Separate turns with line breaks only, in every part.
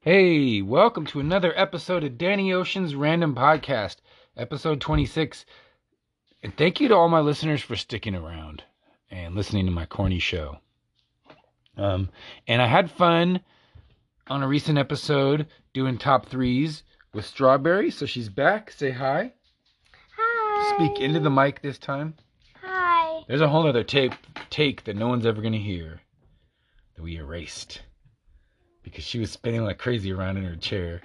Hey, welcome to another episode of Danny Ocean's Random Podcast, episode 26. And thank you to all my listeners for sticking around and listening to my corny show. Um, and I had fun on a recent episode doing top threes with Strawberry, so she's back. Say hi.
Hi.
Speak into the mic this time.
Hi.
There's a whole other tape take that no one's ever gonna hear that we erased because she was spinning like crazy around in her chair.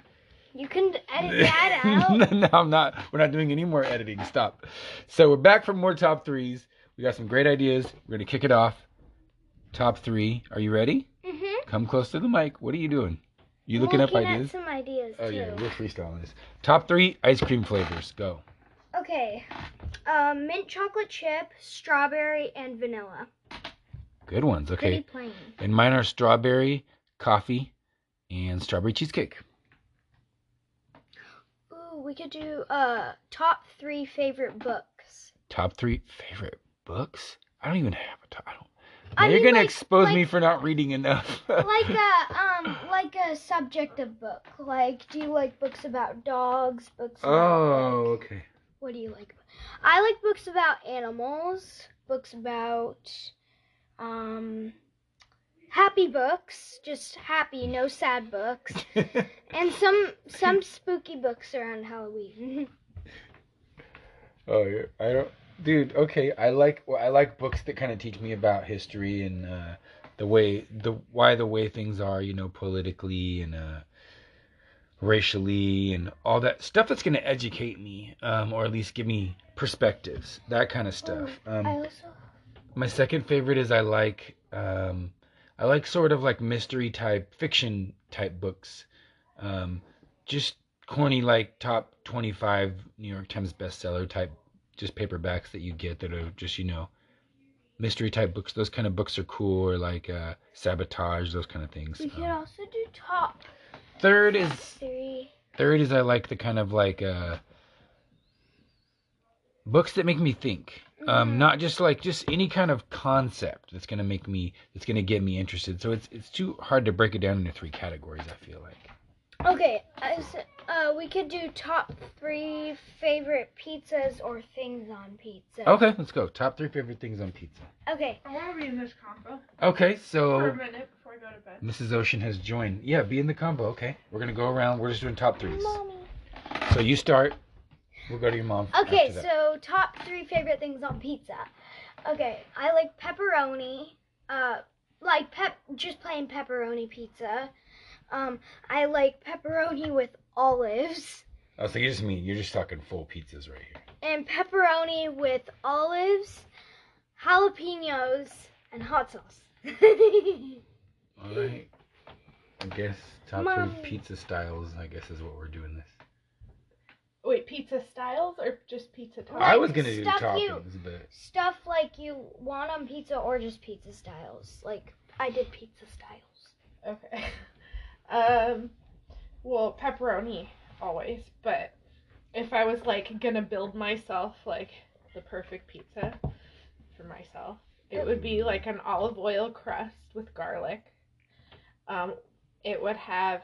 You can edit that out.
no, no, I'm not. We're not doing any more editing. Stop. So we're back for more top threes. We got some great ideas. We're gonna kick it off. Top three. Are you ready?
Mhm.
Come close to the mic. What are you doing? You looking
Looking
up ideas?
At some ideas
Oh
too.
yeah, we're freestyling this. Top three ice cream flavors. Go.
Okay. Um, mint chocolate chip, strawberry, and vanilla.
Good ones.
Pretty
Okay.
plain.
And mine are strawberry, coffee, and strawberry cheesecake.
Ooh, we could do uh top three favorite books.
Top three favorite books? I don't even have a top. I don't. Now
I
you're
mean,
gonna
like-
expose me
like-
for not reading enough.
Like a um, like a subject of book. Like, do you like books about dogs? Books. About,
Oh,
like,
okay.
what do you like? I like books about animals. Books about um, happy books. Just happy, no sad books. And some some spooky books around Halloween.
oh, you're, I don't, dude. Okay, I like well, I like books that kind of teach me about history and uh, the way the why the way things are, you know, politically and uh, racially and all that stuff that's gonna educate me, um, or at least give me perspectives, that kind of stuff. Um,
Oh, I also
My second favorite is I like um I like sort of like mystery type fiction type books. Um just corny like top 25 New York Times bestseller type just paperbacks that you get that are just you know mystery type books. Those kind of books are cool or like uh sabotage those kind of things.
we could
Um,
also do top
third is
three.
Third is I like the kind of like uh books that make me think. Um
Mhm.
not just like just any kind of concept that's gonna make me that's gonna get me interested. So it's it's too hard to break it down into three categories, I feel like.
Okay, as, uh, we could do top three favorite pizzas or things on pizza.
Okay, let's go. Top three favorite things on pizza.
Okay.
I want to be in this combo
Okay,
for a
so
minute before I go to bed.
Mrs. Ocean has joined. Yeah, be in the combo, okay. We're gonna go around, we're just doing top threes.
Mommy.
So you start, we'll go to your mom.
Okay,
after that.
so top three favorite things on pizza. Okay, I like pepperoni. Uh, like pep, just plain pepperoni pizza. Um, I like pepperoni with olives.
Oh, so you just mean you're just talking full pizzas right here.
and pepperoni with olives, jalapenos, and hot sauce.
All right. I guess top
Mommy.
three pizza styles. I guess is what we're doing this.
Oh, Wait, pizza styles or just pizza toppings?
I was gonna do
stuff you-
toppings, but
Stuff like you want on pizza or just pizza styles. Like I did pizza styles.
Okay. Um, well, pepperoni always, but if I was like gonna build myself like the perfect pizza for myself, it would be like an olive oil crust with garlic. Um, it would have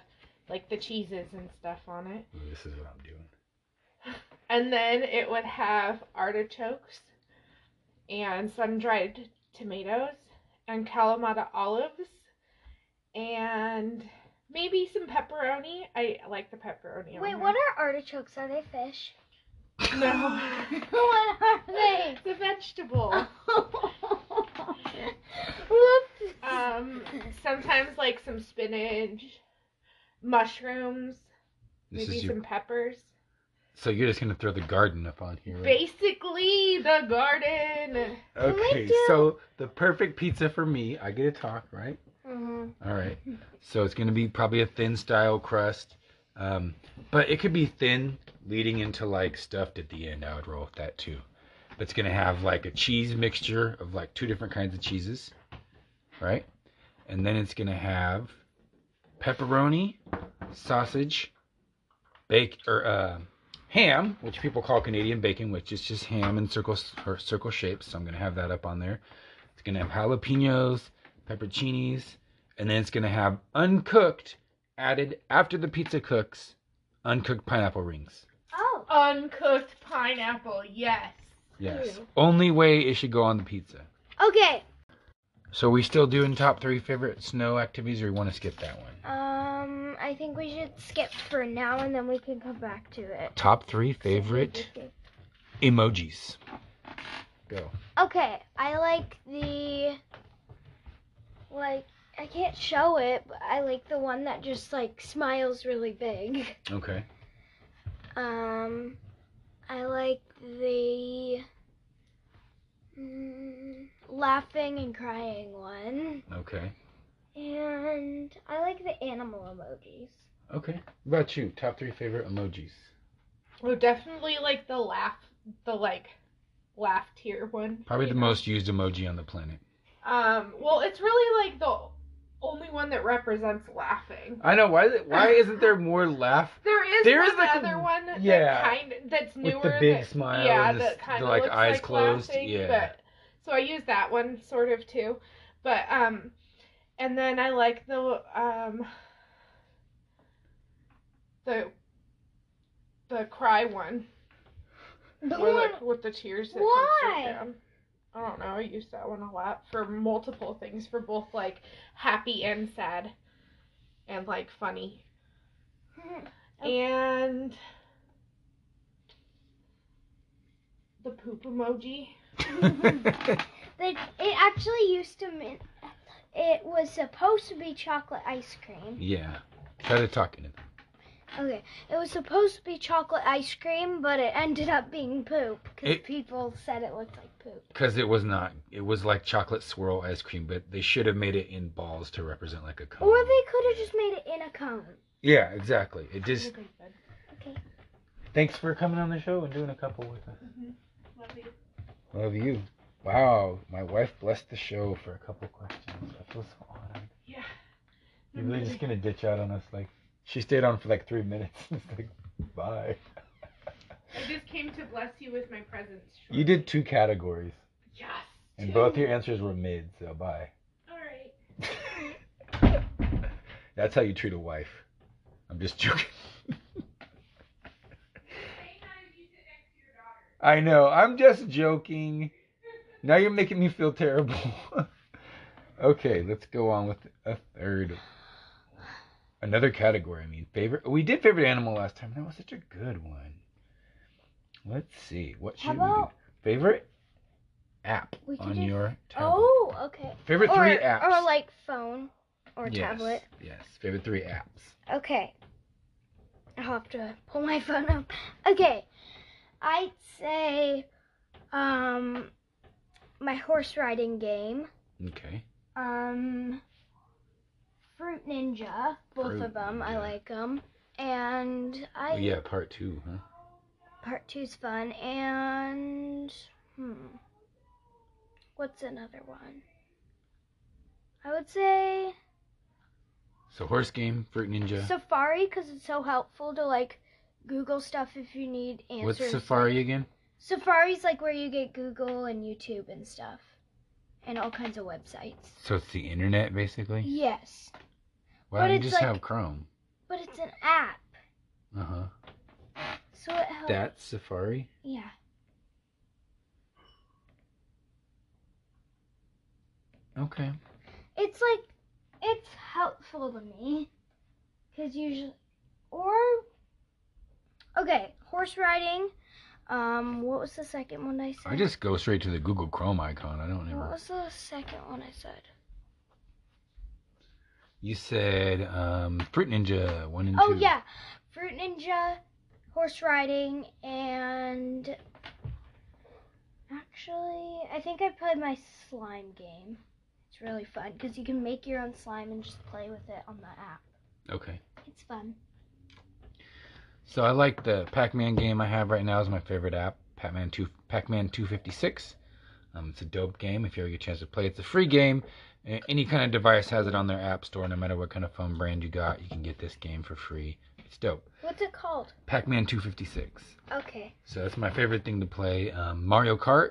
like the cheeses and stuff on it.
ooh, this is what I'm doing.
And then it would have artichokes and sun dried tomatoes and Kalamata olives and maybe some pepperoni. I like the pepperoni. on
Wait,
there.
what are artichokes? Are they fish?
No.
what are they?
It's a vegetable.
Whoops.
Um, sometimes like some spinach, mushrooms,
This
maybe
is
some
your,
peppers.
so you're just gonna throw the garden up on here. Right?
Basically, the garden.
Can we
Okay,
do-
so the perfect pizza for me. I get to talk, right?
Mhm.
All right. So it's gonna be probably a thin style crust, um, but it could be thin leading into like stuffed at the end. I would roll with that too. But it's gonna have like a cheese mixture of like two different kinds of cheeses, right? And then it's gonna have pepperoni, sausage, baked or uh, ham, which people call Canadian bacon, which is just ham in circle or circle shapes. So I'm gonna have that up on there. It's It's gonna have jalapenos, pepperoncinis, and then it's gonna have uncooked added after the pizza cooks, uncooked pineapple rings.
Oh.
Uncooked pineapple, yes.
Yes.
Ew.
Only way it should go on the pizza.
Okay.
So we still doing top three favorite snow activities, or you want to skip that one?
Um, I think we should skip for now and then we can come back to it.
Top three favorite emojis. Go.
Okay, I like the like I can't show it, but I like the one that just like smiles really big.
Okay.
Um, I like the mm, laughing and crying one,
Okay.
and I like the animal emojis.
Okay. What about you? Top three favorite emojis.
Oh, definitely like the laugh, the like laugh tear one.
Probably
you
the
know?
most used emoji on the planet.
Um, well, it's really like the only one that represents laughing.
I know. Why? is it- Why isn't there more laugh
There is
Uh, There
one
is, like,
other one that
yeah.
kind that's newer.
with the big
that,
smile?
yeah,
and
that
this-
kind
the,
of
like
looks
eyes
like
closed.
laughing,
yeah.
But, so I use that one sort of too, but um, and then I like the um, the the cry one.
But
where,
one-
like, with the tears that come
Why?
straight down. I don't know. I use that one a lot for multiple things, for both like happy and sad, and like funny.
Oh.
And the poop emoji.
But it actually used to mean it was supposed to be chocolate ice cream.
yeah. Try to talk in it.
Okay, it was supposed to be chocolate ice cream, but it ended up being poop because
It-
people said it looked like poop.
Because it was not. It was like chocolate swirl ice cream, but they should have made it in balls to represent like a cone.
Or they could have just made it in a cone.
Yeah, exactly. It just.
Okay.
Thanks for coming on the show and doing a couple with us.
Mm-hmm.
Love you.
Love you. Wow, my wife blessed the show for a couple questions. I feel so honored.
Yeah.
You're really just gonna ditch out on us like. She stayed on for like three minutes. It's like, bye.
I just came to bless you with my presence.
You did two categories,
Yes.
and
two.
both your answers were mid. So bye.
All right.
That's how you treat a wife. I'm just joking. I know. I'm just joking. Now you're making me feel terrible. okay, let's go on with a third. Another category, I mean. Favorite. We did favorite animal last time. That was such a good one. Let's see. What
How
should we do?
about-
Favorite app
We could
on
do-
your tablet.
Oh, okay.
Favorite
or,
three apps.
or like phone or
Yes,
tablet.
Yes. Favorite three apps.
Okay. I'll have to pull my phone up. Okay. I'd say um my horse riding game.
Okay.
Um Fruit Ninja, both
Fruit
of them. I
Ninja.
like them. And I
Oh, yeah, part two, huh?
part two's fun and hmm what's another one i would say
So horse game, fruit ninja.
safari because it's so helpful to like google stuff if you need answers
What's safari again?
safari's like where you get google and youtube and stuff and all kinds of websites
So it's the internet basically.
yes
Why
But
don't you
it's
just
like-
have Chrome?
but it's an app
Uh huh.
so it helps
That's safari.
yeah
Okay.
it's like it's helpful to me because usually or okay horse riding um what was the second one i said
I just go straight to the Google Chrome icon. I don't
what
ever.
was the second one i said
You said um, fruit ninja one and two.
oh yeah fruit ninja horse riding and actually i think i played my slime game it's really fun because you can make your own slime and just play with it on the app
Okay.
it's fun
So I like the Pac-Man game I have right now is my favorite app. Pac-Man two Pac-Man two fifty six. Um, it's a dope game if you ever get a chance to play. It's a free game. A- Any kind of device has it on their app store. No matter what kind of phone brand you got, you can get this game for free. It's dope.
what's it called
Pac-Man two fifty six.
okay
So that's my favorite thing to play. Um, Mario Kart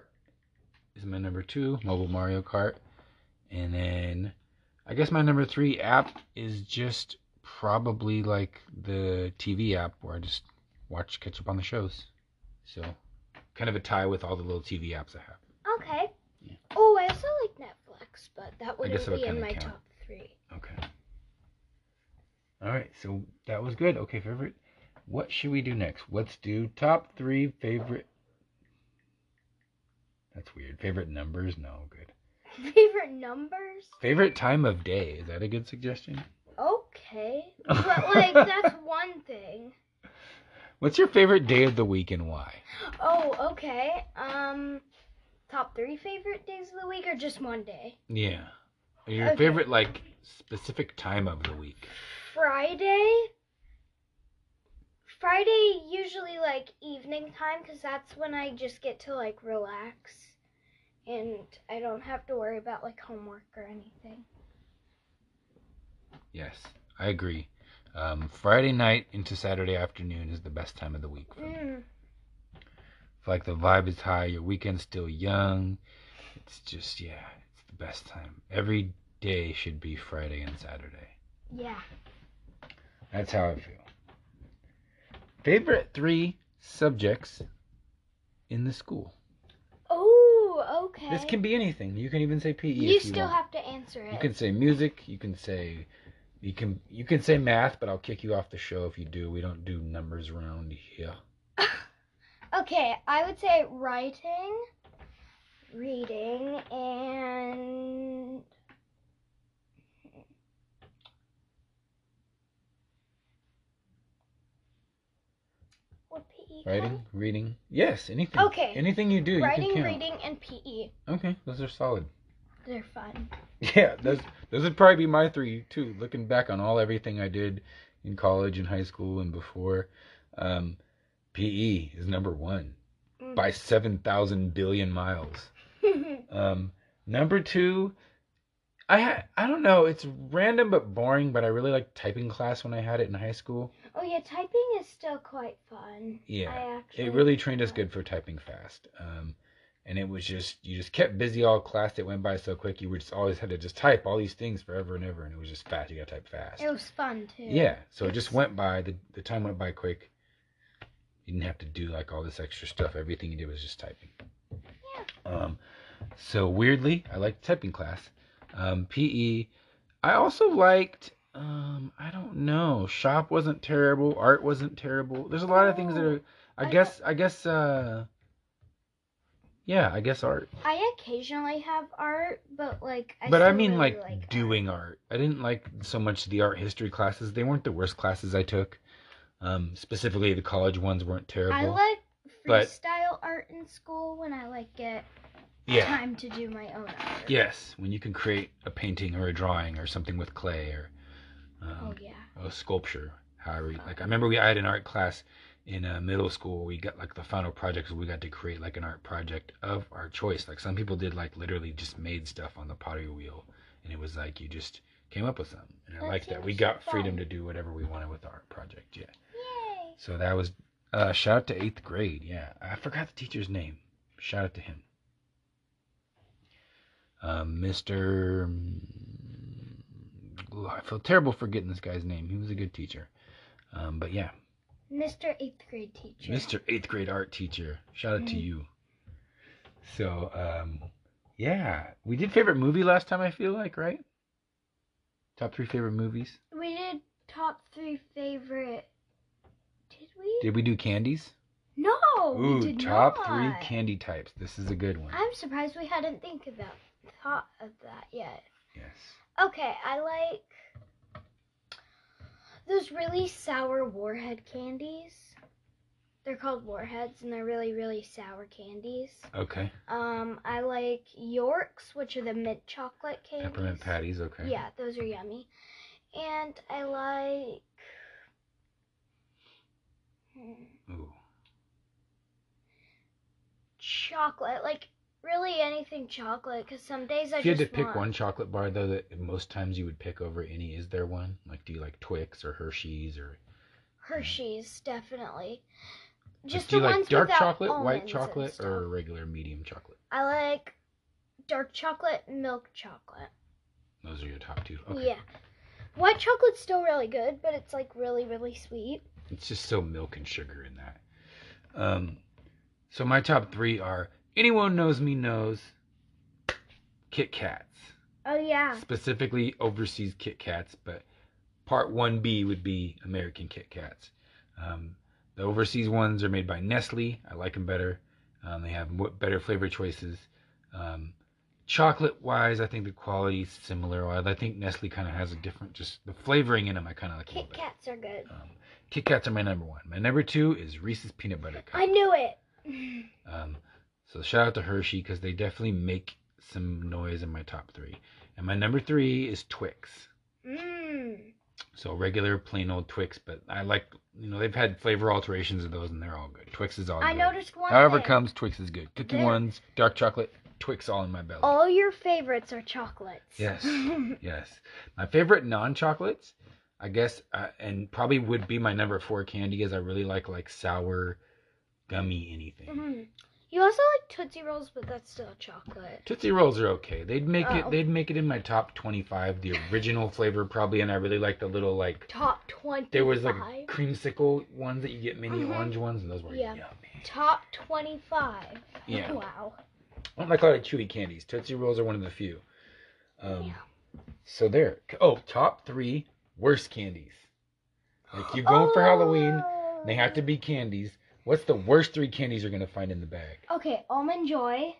is my number two. Mobile Mario Kart. And then I guess my number three app is just probably like the TV app where I just watch, catch up on the shows. So kind of a tie with all the little TV apps I have.
Okay.
Yeah.
Oh, I also like Netflix, but that wouldn't
guess that would
be in
kinda
my
count.
top three.
Okay. All right, so that was good. Okay, favorite. What should we do next? Let's do top three favorite. That's weird. Favorite numbers? No, good.
Favorite numbers?
Favorite time of day? Is that a good suggestion?
Okay. But like that's one thing.
What's your favorite day of the week and why?
Oh, okay. Um top three favorite days of the week or just one day?
Yeah. Your
Okay.
favorite, like, specific time of the week?
Friday. Friday usually like evening time cuz that's when I just get to like relax and I don't have to worry about like homework or anything.
Yes, I agree. Um, Friday night into Saturday afternoon is the best time of the week for me.
Mm.
It's like the vibe is high, your weekend's still young. It's just yeah, it's the best time. Every day should be Friday and Saturday.
Yeah.
That's how I feel. Favorite three subjects in the school.
Oh, okay.
This can be anything. You can even say PE.
you,
if you
still
want.
have to answer it.
You can say music. You can say, you can you can say math, but I'll kick you off the show if you do. We don't do numbers around here.
Okay, I would say writing, reading, and what E? PE?
Writing, reading. Yes, anything.
Okay.
Anything you do,
class?
you
Writing,
can count.
reading, and PE.
Okay, those are solid.
They're fun.
Yeah, those those would probably be my three too. Looking back on all everything I did in college and high school and before, um, PE is number one
Mm.
by seven thousand billion miles. Um, number two, I ha- I don't know. It's random but boring, but I really liked typing class when I had it in high school.
oh yeah, typing is still quite fun.
Yeah,
I actually
it really trained us good for typing fast. Um, and it was just you just kept busy all class. It went by so quick. You were just always had to just type all these things forever and ever, and it was just fast. You got to type fast.
It was fun too.
Yeah. So it just
Yes.
went by. The the time went by quick. You didn't have to do like all this extra stuff. Everything you did was just typing. Yeah. Um, so weirdly, I liked typing class. Um, PE. I also liked. Um, I don't know. Shop wasn't terrible. Art wasn't terrible. There's a lot of things that are. I
I
guess. I guess. Uh. Yeah, I guess art.
I occasionally have art, but like I
but I
still
mean,
really
like,
like
doing art. I didn't like so much the art history classes. They weren't the worst classes I took. Um, specifically, the college ones weren't terrible.
I like
but-
freestyle art in school when I like get
yeah.
time to do my own art.
Yes, when you can create a painting or a drawing or something with clay or
Oh
um,
yeah.
a sculpture. However, you- like I remember we I had an art class in uh, middle school. We got like the final projects. We got to create like an art project of our choice. Like some people did, like literally just made stuff on the pottery wheel, and it was like you just came up with something. And I
That
like that. We
seems
got
fun.
freedom to do whatever we wanted with the art project. Yeah.
Yay.
So that was uh, shout out to eighth grade. Yeah, I forgot the teacher's name. Shout out to him. Um, Mr. mm, I feel terrible for getting this guy's name. He was a good teacher. Um, but yeah,
Mr. Eighth grade teacher.
Mr. Eighth grade art teacher. Shout out to
Mhm.
you. So um, yeah, we did favorite movie last time. I feel like right. Top three favorite movies.
We did top three favorite. Did we?
Did we do candies?
no.
Ooh,
Oh, we did
top
not.
three candy types. This is a good one.
I'm surprised we hadn't think about thought of that yet.
yes.
Okay, I like those really sour warhead candies. They're called warheads, and they're really, really sour candies.
Okay.
Um, I like Yorks, which are the mint chocolate candies.
Peppermint patties, okay.
Yeah, those are yummy. And I like. hmm,
Ooh.
Chocolate, like really anything chocolate, because some days I
If you had
just
to pick
want-
one chocolate bar though that most times you would pick over any, is there one? Like do you like Twix or Hershey's or
Hershey's, definitely. Just
do you
the
like
ones
dark
without
chocolate, white
almonds and
chocolate,
stuff.
or regular medium chocolate?
I like dark chocolate, milk chocolate.
Those are your top two. Okay.
Yeah. White chocolate's still really good, but it's like really, really sweet.
It's just so milk and sugar in that. Um, so my top three are anyone knows me knows Kit Kats,
Oh yeah.
specifically overseas Kit Kats, but part one B would be American Kit Kats. Um, the overseas ones are made by Nestle. I like them better. Um, they have mo- better flavor choices. Um, chocolate wise, I think the quality's similar. I think Nestle kind of has a different, just the flavoring in them. I kind of like. a little
Kit
better.
Kats are good.
Um, Kit Kats are my number one. My number two is Reese's Peanut Butter Cup.
I knew it.
Um, so shout out to Hershey because they definitely make some noise in my top three. And my number three is Twix. Mm.
Mmm.
So regular plain old Twix, but I like you know they've had flavor alterations of those and they're all good. Twix is all
I
good.
noticed one.
However
thing.
comes Twix is good. Cookie
There- Oh.
ones, dark chocolate, Twix all in my belly.
All your favorites are chocolates. Mm-hmm.
Yes. Yes. My favorite non-chocolates, I guess, uh, and probably would be my number four candy, is I really like like sour, gummy anything.
Mhm. You also like Tootsie Rolls, but that's still chocolate.
Tootsie Rolls are okay. They'd make
Oh.
it. They'd make it in my top twenty-five. The original flavor probably, and I really like the little like
Top 25.
there was like creamsicle ones that you get mini
Mhm.
orange ones, and those were
Yeah.
yummy.
Top 25.
Yeah,
Wow.
I don't like a lot of chewy candies. Tootsie Rolls are one of the few. Um,
Yeah.
So there. Oh, top three worst candies. Like you go for
Oh.
Halloween, they have to be candies. What's the worst three candies you're gonna find in the bag?
Oh. Okay, almond joy.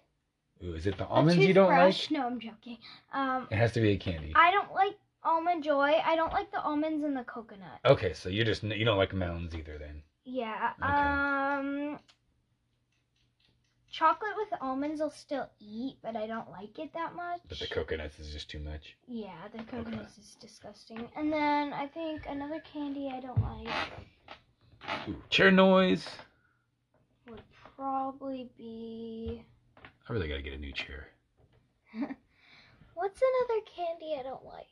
Ooh, is it the
a
almonds you don't like?
toothbrush- No, I'm joking. Um,
It has to be a candy.
I don't like almond joy. I don't like the almonds and the coconut.
Okay, so you just you don't like mounds either then.
Yeah.
Okay.
Um chocolate with almonds I'll still eat, but I don't like it that much.
But the coconuts is just too much.
yeah, the coconuts is disgusting. And then I think another candy I don't like
Ooh, chair noise.
would probably be
I really gotta get a new chair.
what's another candy I don't like?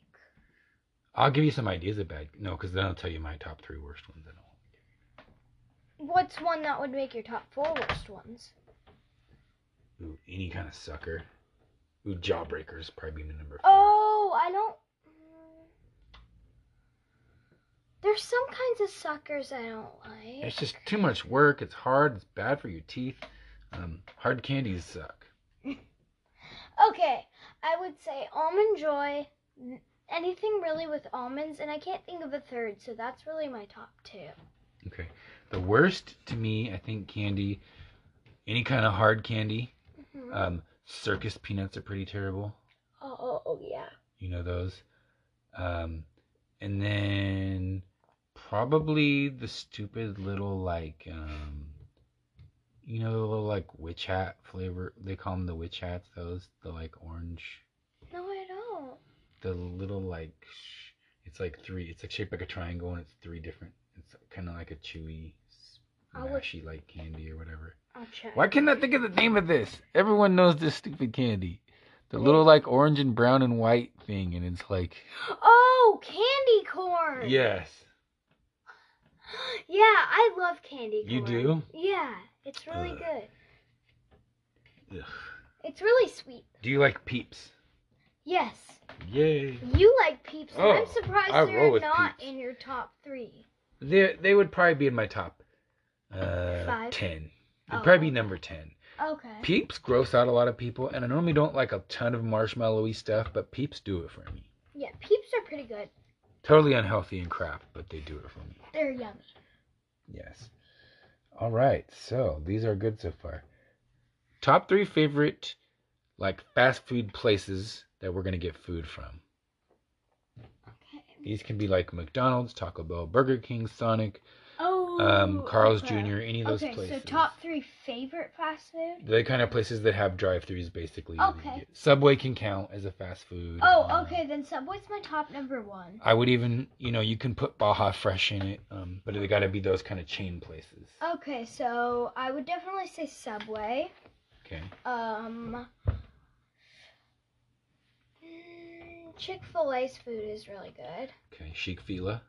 I'll give you some ideas of bad. No, because then I'll tell you my top three worst ones. And all.
What's one that would make your top four worst ones?
Ooh, any kind of sucker. Ooh, jawbreakers probably be the number four.
Oh, I don't mm. There's some kinds of suckers I don't like.
It's just too much work. It's hard. It's bad for your teeth. Um, hard candies suck.
Okay, I would say almond joy, n- anything really with almonds, and I can't think of a third, so that's really my top two.
Okay. The worst to me, I think, candy, any kind of hard candy.
Mhm.
Um, circus peanuts are pretty terrible.
oh, oh, oh, yeah.
you know those um and then probably the stupid little like um you know the little like witch hat flavor they call them the witch hats those the like orange
No, I don't.
the little like sh- it's like three it's like shaped like a triangle and it's three different it's kind of like a chewy s-
I would-
mashy like candy or whatever
I'll check.
why can't I think of the name of this? Everyone knows this stupid candy. The little like orange and brown and white thing, and it's like
Oh, candy corn.
yes,
Yeah, I love candy corn.
you do.
Yeah, it's really
Ugh.
good.
Ugh.
It's really sweet.
Do you like Peeps?
Yes,
Yay.
you like Peeps. and
Oh,
I'm surprised
I roll
they're
with
not
Peeps.
in your top three.
They they would probably be in my top uh
Five?
ten. They'd
Oh.
probably be number ten.
Okay.
Peeps gross out a lot of people, and I normally don't like a ton of marshmallowy stuff, but Peeps do it for me.
yeah, Peeps are pretty good.
Totally unhealthy and crap, but they do it for me.
They're yummy.
Yes. All right, so these are good so far. Top three favorite like fast food places that we're gonna get food from.
Okay.
These can be like McDonald's, Taco Bell, Burger King, Sonic,
Oh.
um, Carl's
okay.
Jr., any of those
okay,
places.
so top three favorite fast food?
The kind of places that have drive-throughs, basically. that you
Okay.
get. Subway can count as a fast food.
Oh,
Um,
okay, then Subway's my top number one.
I would even, you know, you can put Baja Fresh in it, um, but they got to be those kind of chain places.
Okay, so I would definitely say Subway.
Okay.
Um, Chick Fil A's mm, food is really good,
Okay. Chic Fila.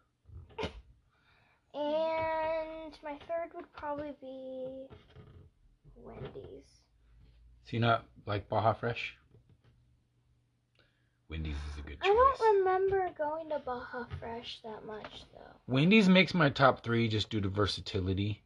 and my third would probably be Wendy's.
So you not like Baja Fresh? Wendy's is a good
I don't
choice.
remember going to Baja Fresh that much though.
Wendy's makes my top three just due to versatility.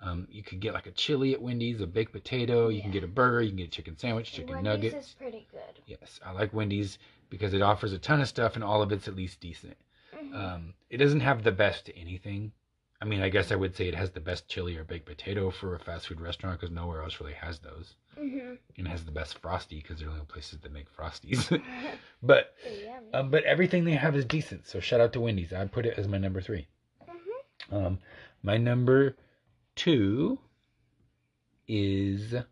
Um, you could get like a chili at Wendy's, a baked potato. You can
Yeah.
get a burger. You can get a chicken sandwich, chicken
Wendy's
nuggets.
is pretty good.
Yes, I like Wendy's because it offers a ton of stuff and all of it's at least decent.
Mhm.
Um, it doesn't have the best anything. I mean, I guess I would say it has the best chili or baked potato for a fast food restaurant because nowhere else really has those.
Mhm.
And it has the best frosty because they're the only places that make frosties. but
Pretty yummy.
um, but everything they have is decent. So shout out to Wendy's. I put it as my number three.
Mhm.
Um, my number two is I'm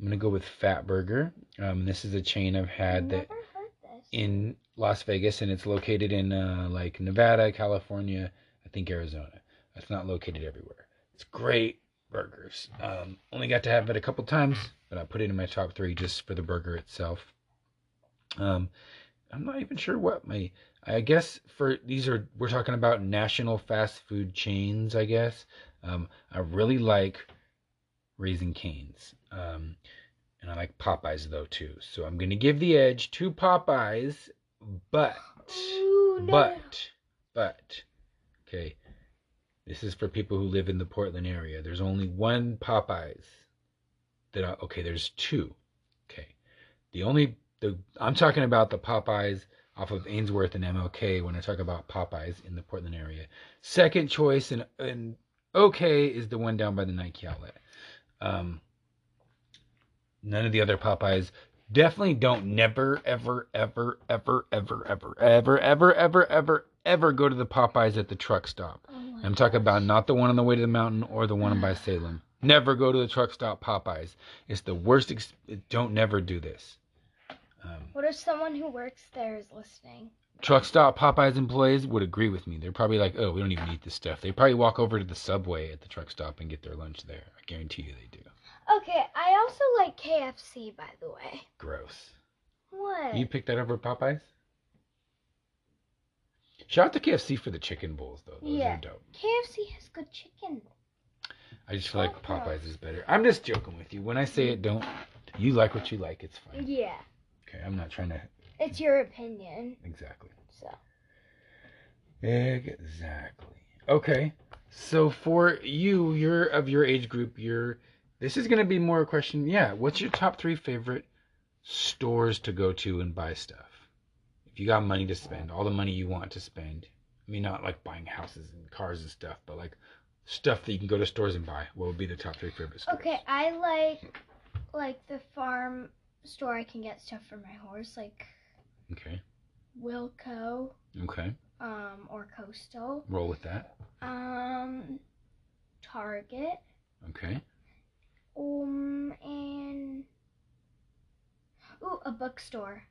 gonna go with Fat Burger. Um, this is a chain I've had that
Never heard this.
in Las Vegas, and it's located in uh, like Nevada, California, I think Arizona. It's not located everywhere. It's great burgers. Um, only got to have it a couple times, but I put it in my top three just for the burger itself. Um, I'm not even sure what my. I guess for these are we're talking about national fast food chains. I guess um, I really like Raising Cane's. Um, and I like Popeyes though too. So I'm gonna give the edge to Popeyes, but
Ooh, no.
but but okay. This is for people who live in the Portland area. There's only one Popeyes. That I, okay, there's two. Okay, the only the I'm talking about the Popeyes off of Ainsworth and MLK when I talk about Popeyes in the Portland area. Second choice and and okay is the one down by the Nike outlet. Um, none of the other Popeyes definitely don't never ever ever ever ever ever ever ever ever ever ever go to the Popeyes at the truck stop.
Oh my
I'm talking about
gosh.
not the one on the way to the mountain or the one by Salem. Never go to the truck stop Popeyes. It's the worst. Ex- don't never do this. Um,
What if someone who works there is listening?
truck stop Popeyes employees would agree with me. They're probably like, oh, we don't even eat this stuff. They probably walk over to the subway at the truck stop and get their lunch there. I guarantee you they do.
Okay, I also like KFC by the way.
Gross.
What?
You picked that over Popeyes? Shout out to KFC for the chicken bowls though. Those
Yeah.
are dope.
KFC has good chicken.
I just feel like
Fuck no.
Popeyes is better. I'm just joking with you. When I say it, don't. You like what you like. It's fine.
Yeah,
Okay, I'm not trying to
it's your opinion.
exactly.
So
Exactly. Okay. So for you, you're of your age group. You're. This is gonna be more a question. Yeah. What's your top three favorite stores to go to and buy stuff? If you got money to spend, all the money you want to spend. I mean, not like buying houses and cars and stuff, but like stuff that you can go to stores and buy. What would be the top three favorite stores?
okay, I like like the farm store. I can get stuff for my horse, like
Okay.
Wilco
Okay.
um, or Coastal,
Roll with that.
um, Target,
Okay.
um, and ooh, a bookstore.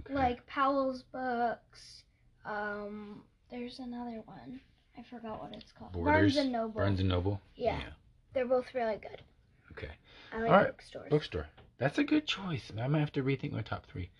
Okay.
like Powell's books. Um, there's another one. I forgot what it's called.
Borders,
Barnes and Noble.
Barnes and Noble.
Yeah. They're both really good.
Okay.
I like
Alright,
bookstores.
Bookstore. That's a good choice. I might have to rethink my top three.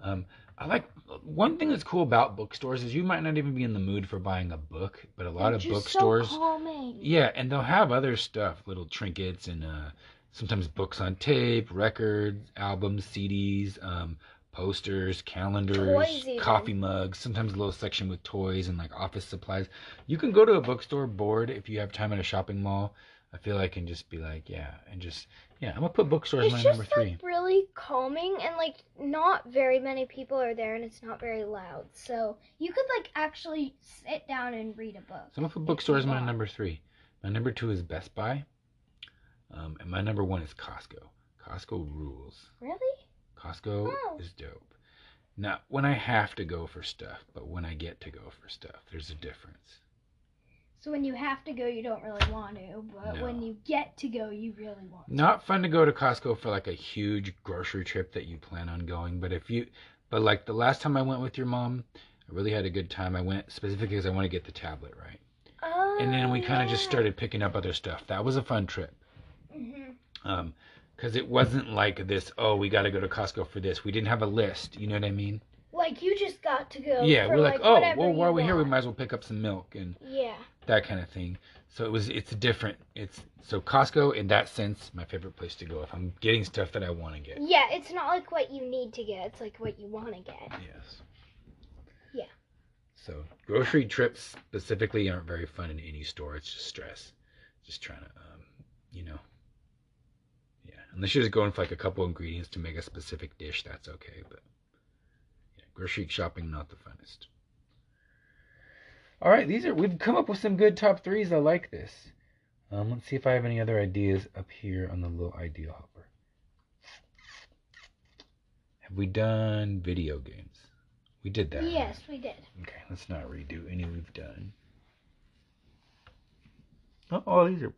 Um, I like one thing that's cool about bookstores is you might not even be in the mood for buying a book, but a lot
They're
of
just
bookstores,
So calming.
yeah, and they'll have other stuff, little trinkets and uh, sometimes books on tape, records, albums, CDs, um, posters, calendars,
Toys even.
coffee mugs. Sometimes a little section with toys and like office supplies. You can go to a bookstore bored if you have time at a shopping mall. I feel like and just be like, yeah, and just yeah, I'm gonna put bookstores
It's
my
just
number
like
three.
really calming and like not very many people are there and it's not very loud. So you could like actually sit down and read a book.
So I'm gonna put
if
bookstores
you
my
want.
number three. My number two is Best Buy. Um, and my number one is Costco. Costco rules.
Really?
Costco
Oh.
is dope. Not when I have to go for stuff, but when I get to go for stuff, there's a difference.
So when you have to go, you don't really want to, but
No.
when you get to go, you really want. to.
Not fun to go to Costco for like a huge grocery trip that you plan on going, but if you, but like the last time I went with your mom, I really had a good time. I went specifically because I want to get the tablet right, and then we kind of just started picking up other stuff. That was a fun trip.
hmm
um because it wasn't like this oh we got to go to costco for this we didn't have a list you know what i mean
Like you just got to go.
yeah,
for,
we're like, oh,
whatever
well,
you
while we're here, we
want."
might as well pick up some milk and
Yeah.
that kind of thing. So it was, it's different. It's so Costco in that sense, my favorite place to go if I'm getting stuff that I want to get.
Yeah, it's not like what you need to get, it's like what you want to get.
Yes.
Yeah.
So grocery trips specifically aren't very fun in any store. It's just stress. Just trying to, um, you know. Yeah. Unless you're just going for like a couple ingredients to make a specific dish, that's okay. But yeah, grocery shopping not the funnest. All right, these are we've come up with some good top threes. I like this. Um, let's see if I have any other ideas up here on the little idea hopper. Have we done video games? We did that. right?
Yes, we did.
Okay, let's not redo any we've done. Oh, oh, these are.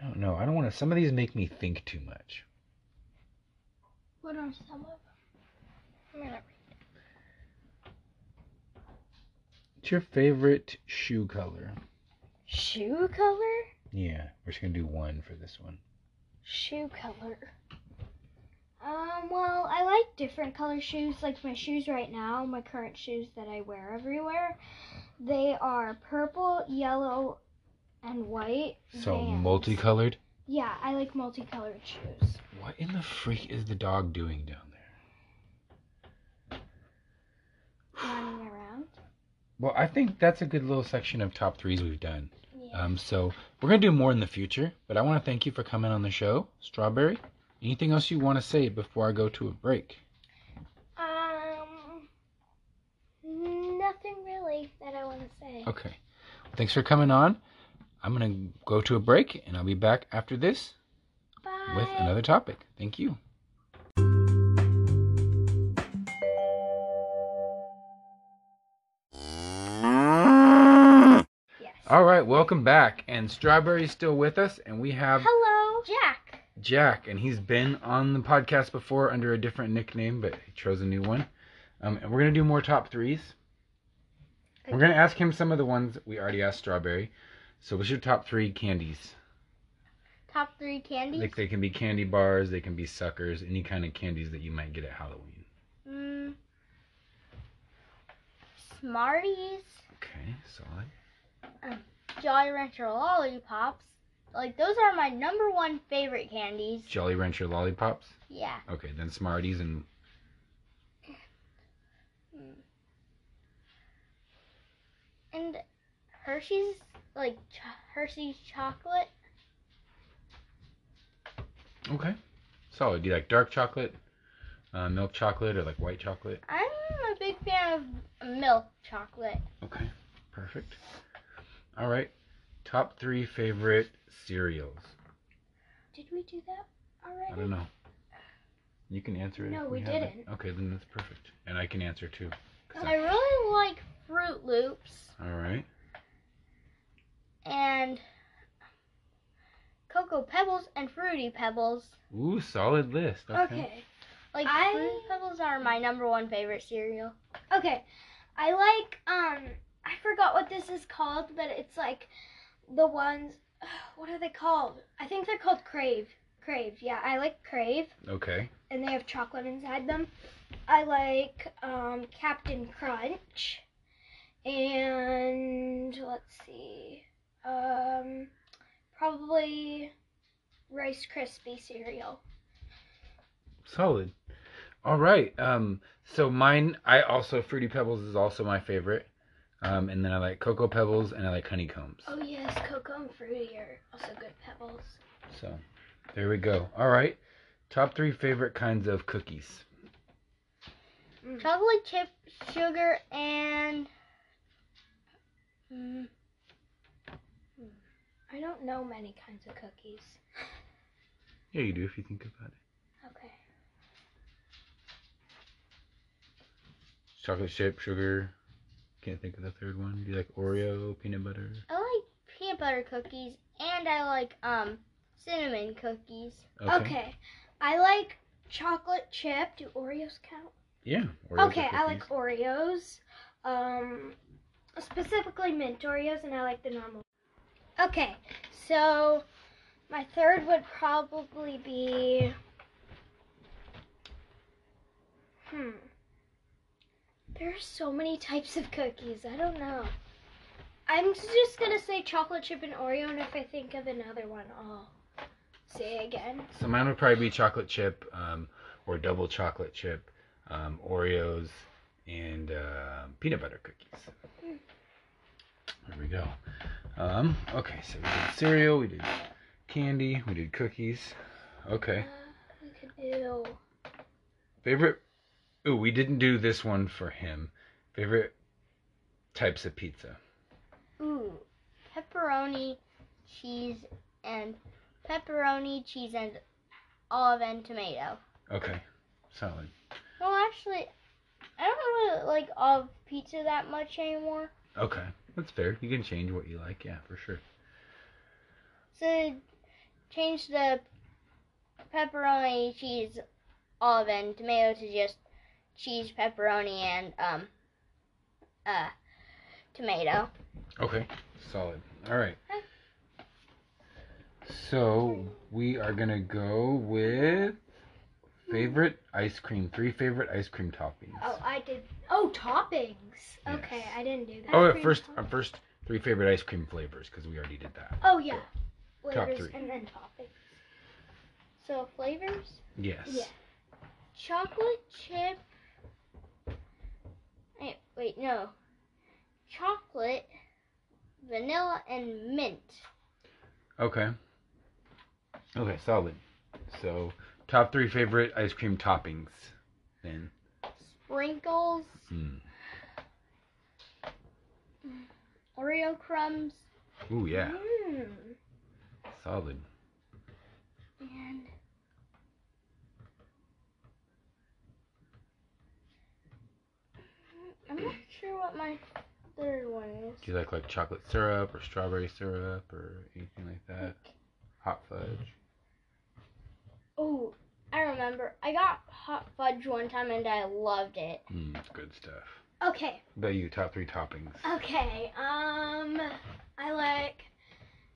I don't know. I don't want to. Some of these make me think too much.
What are some of them? I'm gonna-
What's your favorite shoe color?
Shoe color?
Yeah, we're just gonna do one for this one.
Shoe color. Um, well, I like different color shoes. Like my shoes right now, my current shoes that I wear everywhere, they are purple, yellow, and white.
So
Vans.
multicolored.
Yeah, I like multicolored shoes.
What in the freak is the dog doing down there?
Running around.
Well, I think that's a good little section of top threes we've done.
Yeah.
Um, so we're gonna do more in the future, but I want to thank you for coming on the show, Strawberry. Anything else you want to say before I go to a break?
Um, nothing really that I want to say.
Okay. Thanks for coming on. I'm going to go to a break and I'll be back after this
Bye.
with another topic. Thank you.
Yes.
All right, welcome back. And Strawberry's still with us, and we have
Hello, Jack.
Jack, and he's been on the podcast before under a different nickname, but he chose a new one. Um, and we're gonna do more top threes. We're gonna ask him some of the ones we already asked Strawberry. So, what's your top three candies?
Top three candies.
Like they can be candy bars, they can be suckers, any kind of candies that you might get at Halloween.
Mm. Smarties,
Okay, solid.
Jolly Rancher lollipops. Like those are my number one favorite candies.
Jolly Rancher lollipops.
Yeah.
Okay, then Smarties and
Mm. And Hershey's like ch- Hershey's chocolate.
okay, solid. Do you like dark chocolate, uh, milk chocolate, or like white chocolate?
I'm a big fan of milk chocolate.
Okay, perfect. All right, top three favorite cereals.
Did we do that already?
I don't know. You can answer it.
No,
if
we
haven't.
didn't.
Okay, then that's perfect, and I can answer too. 'cause
I
I-
really like Fruit Loops
All right.
and Cocoa Pebbles and Fruity Pebbles.
Ooh, solid list. Okay.
Okay.
Like
I-
Fruity Pebbles are my number one favorite cereal.
Okay. I like um I forgot what this is called, but it's like the ones what are they called? I think they're called Crave. Crave. Yeah, I like Crave
Okay.
and they have chocolate inside them. I like um Captain Crunch and let's see. Um probably Rice Krispie cereal.
Solid. All right. Um. So mine, I also Fruity Pebbles is also my favorite. Um. And then I like Cocoa Pebbles and I like Honeycombs.
Oh yes, cocoa and fruity are also good pebbles.
So, there we go. All right. Top three favorite kinds of cookies.
Chocolate chip, sugar, and
Mm. Mm. I don't know many kinds of cookies.
Yeah, you do if you think about it.
Okay.
Chocolate chip, sugar. Can't think of the third one. Do you like Oreo, peanut butter?
I like peanut butter cookies and I like um cinnamon cookies.
okay. I like chocolate chip. Do Oreos count?
Yeah. Oreos are
okay, I like
cookies.
Oreos. Um specifically mint Oreos and I like the normal. Okay. So my third would probably be hmm. There are so many types of cookies. I don't know. I'm just gonna say chocolate chip and Oreo, and if I think of another one, I'll say it again.
So mine would probably be chocolate chip um, or double chocolate chip, um, Oreos, and uh, peanut butter cookies. There we go. Um, okay, so we did cereal, we did candy, we did cookies. Okay.
Uh, We could do.
Favorite. Ooh, we didn't do this one for him. Favorite types of pizza.
Ooh, pepperoni, cheese, and pepperoni, cheese, and olive and tomato.
Okay, solid.
Well, actually, I don't really like olive pizza that much anymore.
Okay, that's fair. You can change what you like. Yeah, for sure.
So, change the pepperoni, cheese, olive, and tomato to just cheese, pepperoni, and um, uh, tomato.
Okay, solid. All right. So we are gonna go with favorite ice cream. Three favorite ice cream toppings.
Oh, I did.
Oh, toppings.
Okay,
Yes.
I didn't do that.
Oh,
Cream
at first,
top-
uh, first three favorite ice cream flavors because we already did that.
Oh yeah.
Top
Flavors
three.
and then toppings.
So, flavors?
Yes.
Yeah.
chocolate chip. Wait, wait, no. Chocolate, vanilla, and mint.
Okay. Okay, solid. So top three favorite ice cream toppings. Then.
Sprinkles,
Hmm.
Oreo crumbs,
Ooh yeah,
Mm. Mm-hmm.
solid.
and. I'm not sure what my third one is.
Do you like like chocolate syrup or strawberry syrup or anything like that? Hot fudge.
Oh, I remember. I got hot fudge one time and I loved it.
Mm, good stuff. Uh,
Okay.
What about you? Top three toppings.
Okay. Um, I like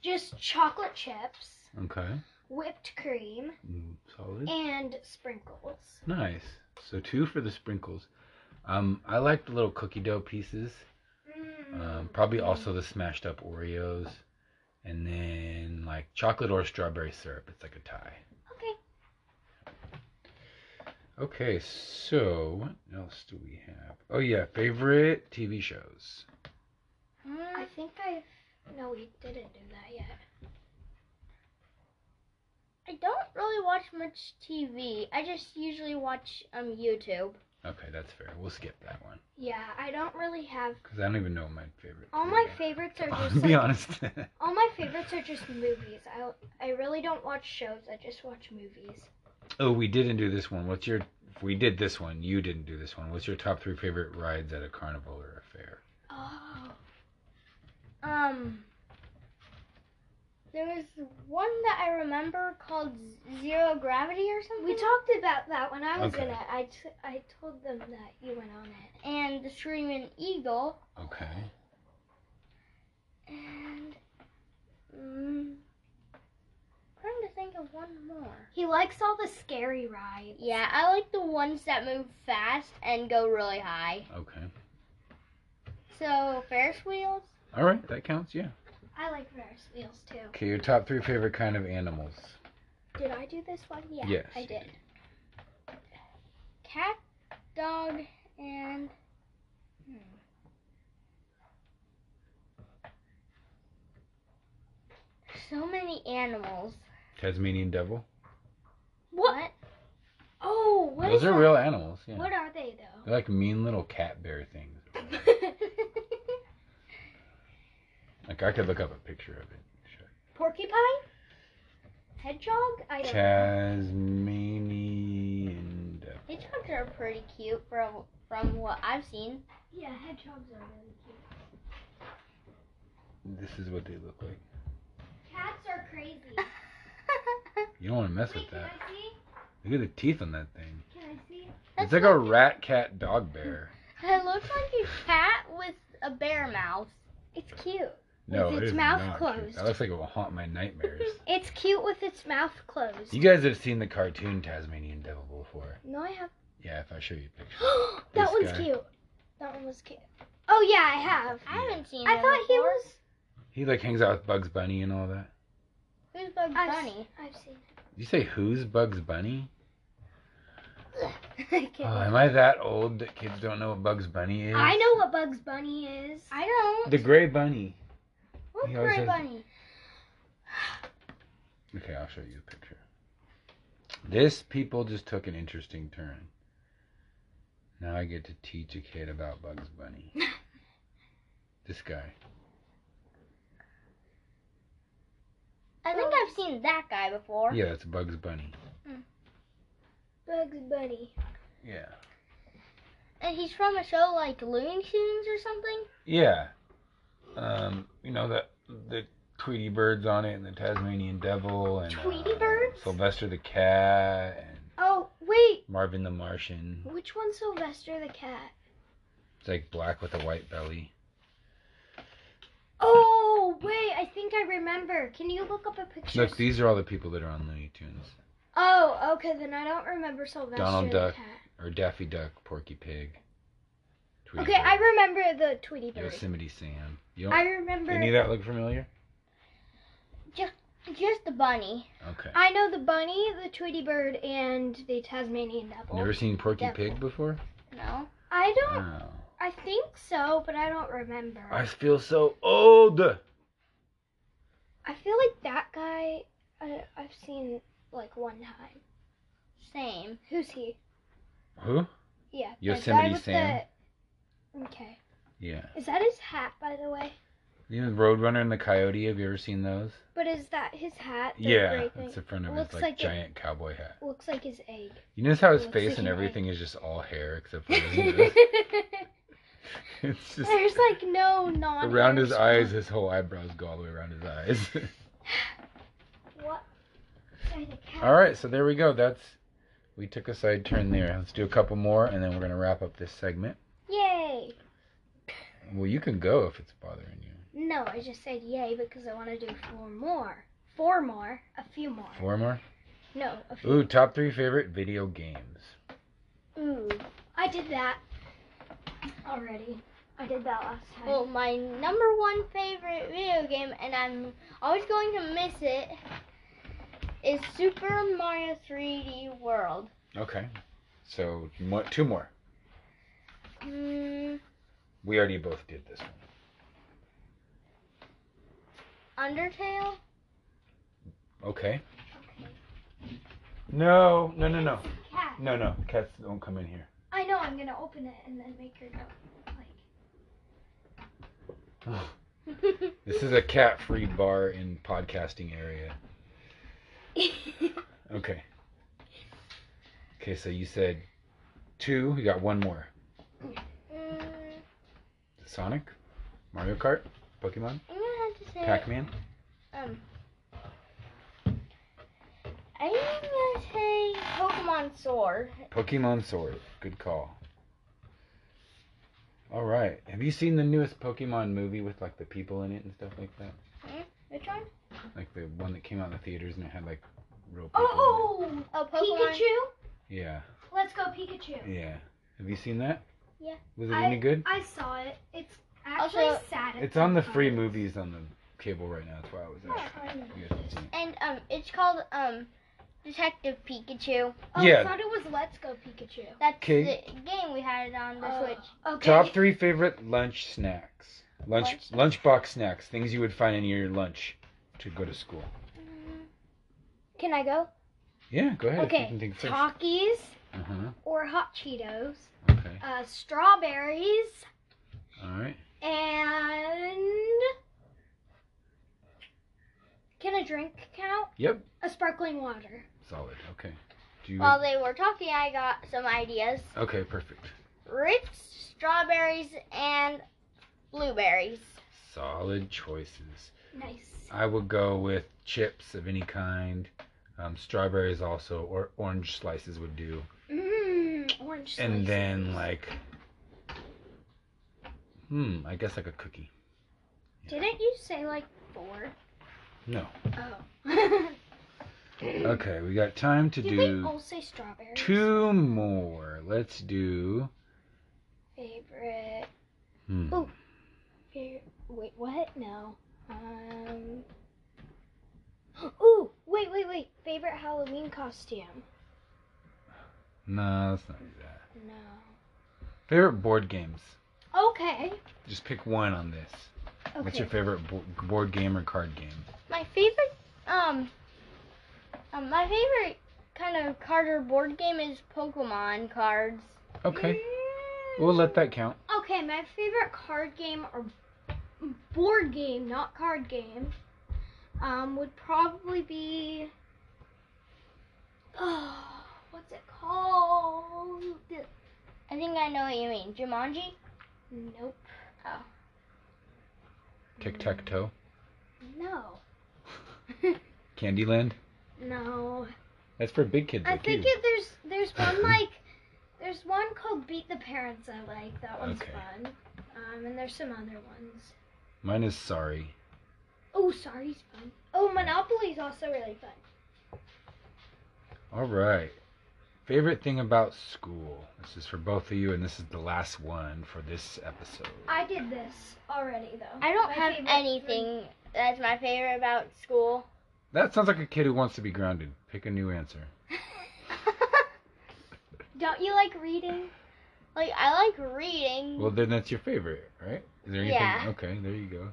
just chocolate chips,
Okay.
whipped cream,
Mm, solid.
and sprinkles.
Nice. So two for the sprinkles. Um, I like the little cookie dough pieces.
Hmm,
Um, probably also the smashed up Oreos, and then like chocolate or strawberry syrup. It's like a tie.
Okay.
Okay. So what else do we have? Oh yeah, favorite TV shows.
I think I. No, we didn't do that yet.
I don't really watch much TV. I just usually watch um YouTube.
Okay, that's fair. We'll skip that one
Yeah, I don't really have.
because I don't even know what my favorite.
All
three
my
are.
favorites are
I'll
just
be
like,
honest.
all my favorites are just movies. I I really don't watch shows. I just watch movies.
oh, we didn't do this one. What's your? We did this one. You didn't do this one. What's your top three favorite rides at a carnival or a fair?
Oh,
Um, there was one that I remember called Zero Gravity or something.
we talked about that when I was
Okay.
in it. I, t- I told them that you went on it.
and the Screaming Eagle
Okay.
and um, trying to think of one more.
He likes all the scary rides.
Yeah, I like the ones that move fast and go really high.
Okay.
So Ferris wheels.
All right, that counts. Yeah.
I like Ferris wheels too.
Okay, your top three favorite kind of animals.
Did I do this one? Yeah,
yes.
I
you
did.
cat, dog, and hmm. so many animals.
Tasmanian devil.
What? Oh, what
Those
is
are
that?
real animals. Yeah.
What are they though?
They're like mean little cat bear things. Like I could look up a picture of it.
Porcupine? Hedgehog? I don't
Tasmanian devil.
Hedgehogs are pretty cute from from what I've seen.
know. Yeah, hedgehogs are really cute.
This is what they look like.
Cats are crazy.
You don't want to mess with
Wait, can
that.
I see?
Look at the teeth on that thing.
Can I see?
It's like a rat cat dog bear.
It looks like a cat with a bear mouth.
It's cute.
No,
With
it
its
is
mouth
not Cute.
closed.
That looks like it will haunt my nightmares.
It's cute with its mouth closed.
you guys have seen the cartoon Tasmanian devil before.
no, I have.
Yeah, if I show you a picture.
that
This
one's
guy.
cute. That one was cute.
Oh yeah, I have.
I haven't seen.
I
him
thought he
before.
was.
He like hangs out with Bugs Bunny and all that.
Who's Bugs
I've
Bunny?
I've seen.
Did you say who's Bugs Bunny?
I can't.
Oh, am I that old that kids don't know what Bugs Bunny is?
I know what Bugs Bunny is.
I don't.
The gray bunny.
What
he always
Gray
has-
Bunny?
Okay, I'll show you a picture. This people just took an interesting turn. Now I get to teach a kid about Bugs Bunny. this guy.
I think I've seen that guy before.
Yeah, that's Bugs Bunny.
Bugs Bunny.
Yeah.
And he's from a show like Looney Tunes or something.
Yeah. Um, you know that the Tweety Bird's on it, and the Tasmanian Devil, and uh,
Tweety Birds?
Sylvester the Cat, and
Oh wait,
Marvin the Martian.
which one's Sylvester the cat?
It's like black with a white belly.
Oh wait, I think I remember. Can you look up a picture?
Look, these are all the people that are on Looney Tunes.
Oh, okay, then I don't remember Sylvester
Donald
the
Duck.
cat.
Or Daffy Duck, Porky Pig. Tweety
Okay, I
Bird,
remember the Tweety Bird.
Yosemite Sam. You
I
don't,
remember.
any of that look familiar?
Just the bunny.
Okay.
I know the bunny, the Tweety Bird, and the Tasmanian Devil.
Never seen Porky
Devil.
Pig before?
No.
I don't.
Wow.
I think so, but I don't remember.
Hmm. I feel so old.
I feel like that guy I, I've seen like one time.
Same.
Who's he?
Who?
Yeah. the guy
Yosemite
with
Sam.
The... Okay.
Yeah.
Is that his hat, by the way?
You know Roadrunner and the Coyote. Have you ever seen those?
But is that his hat? The
yeah,
gray thing?
it's the front of
It
his
looks
like,
like it-
giant cowboy hat.
Looks like his egg.
You notice how his
looks
face
like
and
an egg.
everything is just all hair except for his nose.
There's
it's just
like no non.
around his eyes. His whole eyebrows go all the way around his eyes. all right, so there we go. That's we took a side turn there. Let's do a couple more, and then we're gonna wrap up this segment.
Yay!
Well, you can go if it's bothering you.
No, I just said yay because I want to do four more. Four more. A few more.
Four more.
No, a few.
Ooh, top three favorite video games.
Ooh. I did that already. I did that last time.
Well, my number one favorite video game, and I'm always going to miss it, is Super Mario 3D World.
Okay, so mo- two more.
Mm,
We already both did this one.
Undertale.
Okay. No, no, no, no. No, no. Cats don't come in here.
I know. I'm gonna open it and then make her go.
Hmm,
This is a cat free bar in podcasting area. Okay. Okay, so you said two. You got one more.
Mm,
Sonic, Mario Kart, Pokemon,
I'm gonna have to say.
Pac Man.
Um. I'm gonna say Pokemon Sword.
Pokemon Sword. Good call. All right. Have you seen the newest Pokemon movie with like the people in it and stuff like that?
Which one?
Like the one that came out in the theaters and it had like real people. in it?
Oh,
Oh, Pokemon.
Pikachu!
Yeah.
Let's go, Pikachu.
Yeah. Have you seen that?
Yeah.
Was it any good?
I saw it. It's actually
Also-
sad.
It's on the free movies on the cable right now. That's why I was asking.
Oh,
if You guys have seen it.
And um, it's called um, Detective Pikachu.
Yeah.
Oh, I thought it was Let's Go Pikachu.
That's
Okay.
the game we had it on the
Oh,
Switch.
Okay.
Top three favorite lunch snacks. Lunch
Lunch
lunchbox snacks. Things you would find in your lunch to go to school.
Mm-hmm. Can I go?
Yeah, go ahead. If you
Okay.
can think first. Uh
Takis
huh.
or hot Cheetos,
Okay.
uh, strawberries,
All right.
and can a drink count?
Yep.
A sparkling water.
Solid. Okay. Do you?
While they were talking, I got some ideas:
Okay. Perfect.
rips, strawberries, and blueberries.
Solid choices.
Nice.
I would go with chips of any kind. Um, strawberries also, or orange slices would do.
Mmm, orange.
And
slices.
then like, hmm, I guess like a cookie.
Didn't you say like four?
No.
Oh.
Okay, we got time to
Did they
do
all say strawberries?
two more. Let's do
Favorite.
Hmm.
Oh. Here, wait, what? No. Um. Ooh, wait, wait, wait. Favorite Halloween costume?
No, let's not do that.
No.
Favorite board games.
Okay.
Just pick one on this. What's your
Okay.
favorite bo- board game or card game?
My favorite, um, um, my favorite kind of card or board game is Pokemon cards.
Okay, we'll let that count.
Okay, my favorite card game or board game, not card game, um, would probably be. Oh, what's it called?
I think I know what you mean. Jumanji?
Nope.
Tic tac toe,
No.
Candyland.
No.
That's for big kids.
I
like
think
you.
it, there's there's one like there's one called Beat the Parents I like. That one's
Okay.
fun. Um, and there's some other ones.
Mine is sorry.
Oh, sorry's fun. Oh, Monopoly's also really fun.
All right. Favorite thing about school? This is for both of you, and this is the last one for this episode.
I did this already though.
I don't
My
have
favorite
anything that's my favorite about school.
That sounds like a kid who wants to be grounded. Pick a new answer.
Don't you like reading?
Like, I like reading.
Well, then that's your favorite, right? Is there anything?
Yeah.
Okay, there you go.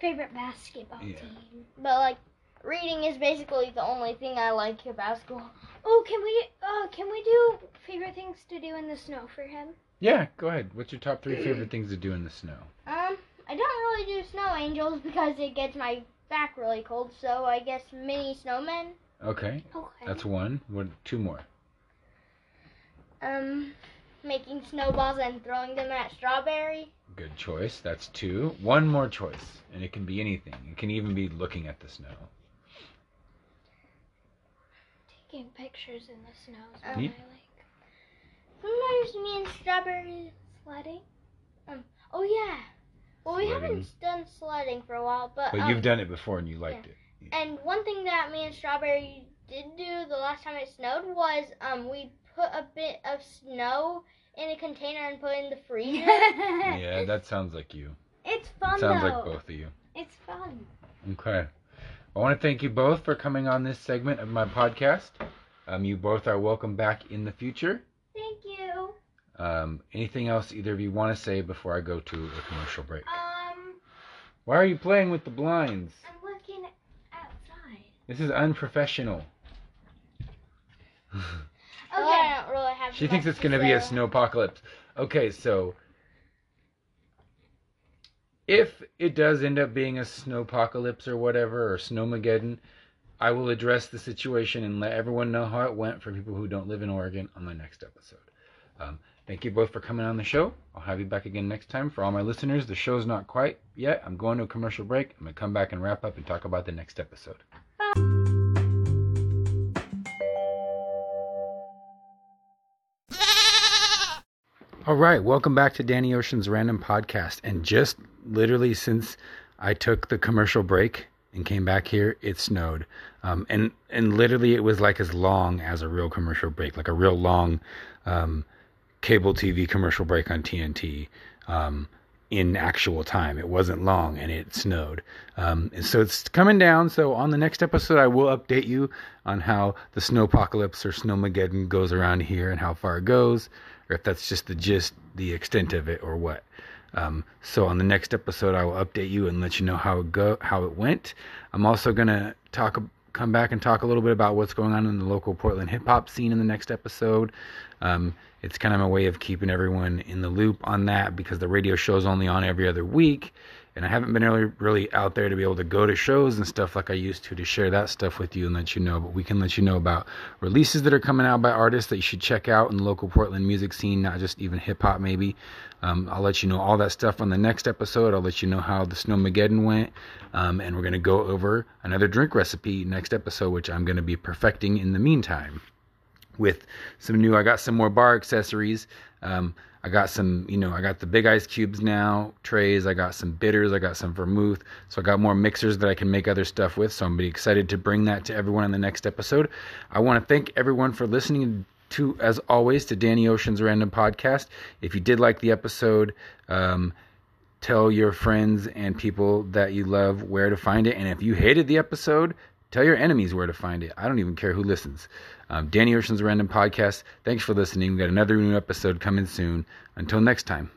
Favorite basketball
Yeah.
team.
But like reading is basically the only thing I like about school.
Oh, can we? Uh, can we do favorite things to do in the snow for him?
Yeah, go ahead. What's your top three favorite things to do in the snow?
Um, I don't really do snow angels because it gets my back really cold, so I guess mini snowmen.
Okay,
Okay.
that's one. What? Two more.
Um making snowballs and throwing them at strawberry.
Good choice. That's two. One more choice, and it can be anything. It can even be looking at the snow.
Taking pictures in the snow is
Um,
what I
Yeah.
like.
Sometimes me and strawberry sledding. Um oh yeah. Well we haven't done sledding for a while, but,
But
um,
you've done it before, and you liked it.
And one thing that me and Strawberry did do the last time it snowed was um we put a bit of snow in a container and put it in the freezer.
Yeah, that sounds like you.
It's
It
fun
sounds
though.
like both of you.
It's fun.
Okay. I want to thank you both for coming on this segment of my podcast. Um, you both are welcome back in the future.
Thank you.
Um, anything else either of you want to say before I go to a commercial break?
Um,
Why are you playing with the blinds?
I'm looking outside.
This is unprofessional.
So I don't really have.
She
much
thinks it's going to be a
say.
snowpocalypse. Okay, so if it does end up being a snowpocalypse or whatever or snowmageddon, I will address the situation and let everyone know how it went for people who don't live in Oregon on my next episode. Um, thank you both for coming on the show. I'll have you back again next time. For all my listeners, the show's not quite yet. I'm going to a commercial break. I'm going to come back and wrap up and talk about the next episode. All right, welcome back to Danny Ocean's Random Podcast. And just literally since I took the commercial break and came back here, it snowed, um, and and literally it was like as long as a real commercial break, like a real long um, cable TV commercial break on TNT um, in actual time. It wasn't long, and it snowed. Um, and so it's coming down. So on the next episode, I will update you on how the snowpocalypse or snowmageddon goes around here and how far it goes, or if that's just the gist, the extent of it, or what. Um, so on the next episode, I will update you and let you know how it go, how it went. I'm also gonna talk, come back and talk a little bit about what's going on in the local Portland hip hop scene in the next episode. Um, it's kind of my way of keeping everyone in the loop on that because the radio show's only on every other week, and I haven't been really, really out there to be able to go to shows and stuff like I used to to share that stuff with you and let you know. But we can let you know about releases that are coming out by artists that you should check out in the local Portland music scene, not just even hip hop, maybe. Um, I'll let you know all that stuff on the next episode. I'll let you know how the Snowmageddon went. Um, and we're going to go over another drink recipe next episode, which I'm going to be perfecting in the meantime with some new. I got some more bar accessories. Um, I got some, you know, I got the big ice cubes now, trays. I got some bitters. I got some vermouth. So I got more mixers that I can make other stuff with. So I'm pretty excited to bring that to everyone in the next episode. I want to thank everyone for listening to, as always, to Danny Ocean's Random Podcast. If you did like the episode, um, tell your friends and people that you love where to find it. And if you hated the episode, tell your enemies where to find it. I don't even care who listens. Um, Danny Ocean's Random Podcast. Thanks for listening. we got another new episode coming soon. Until next time.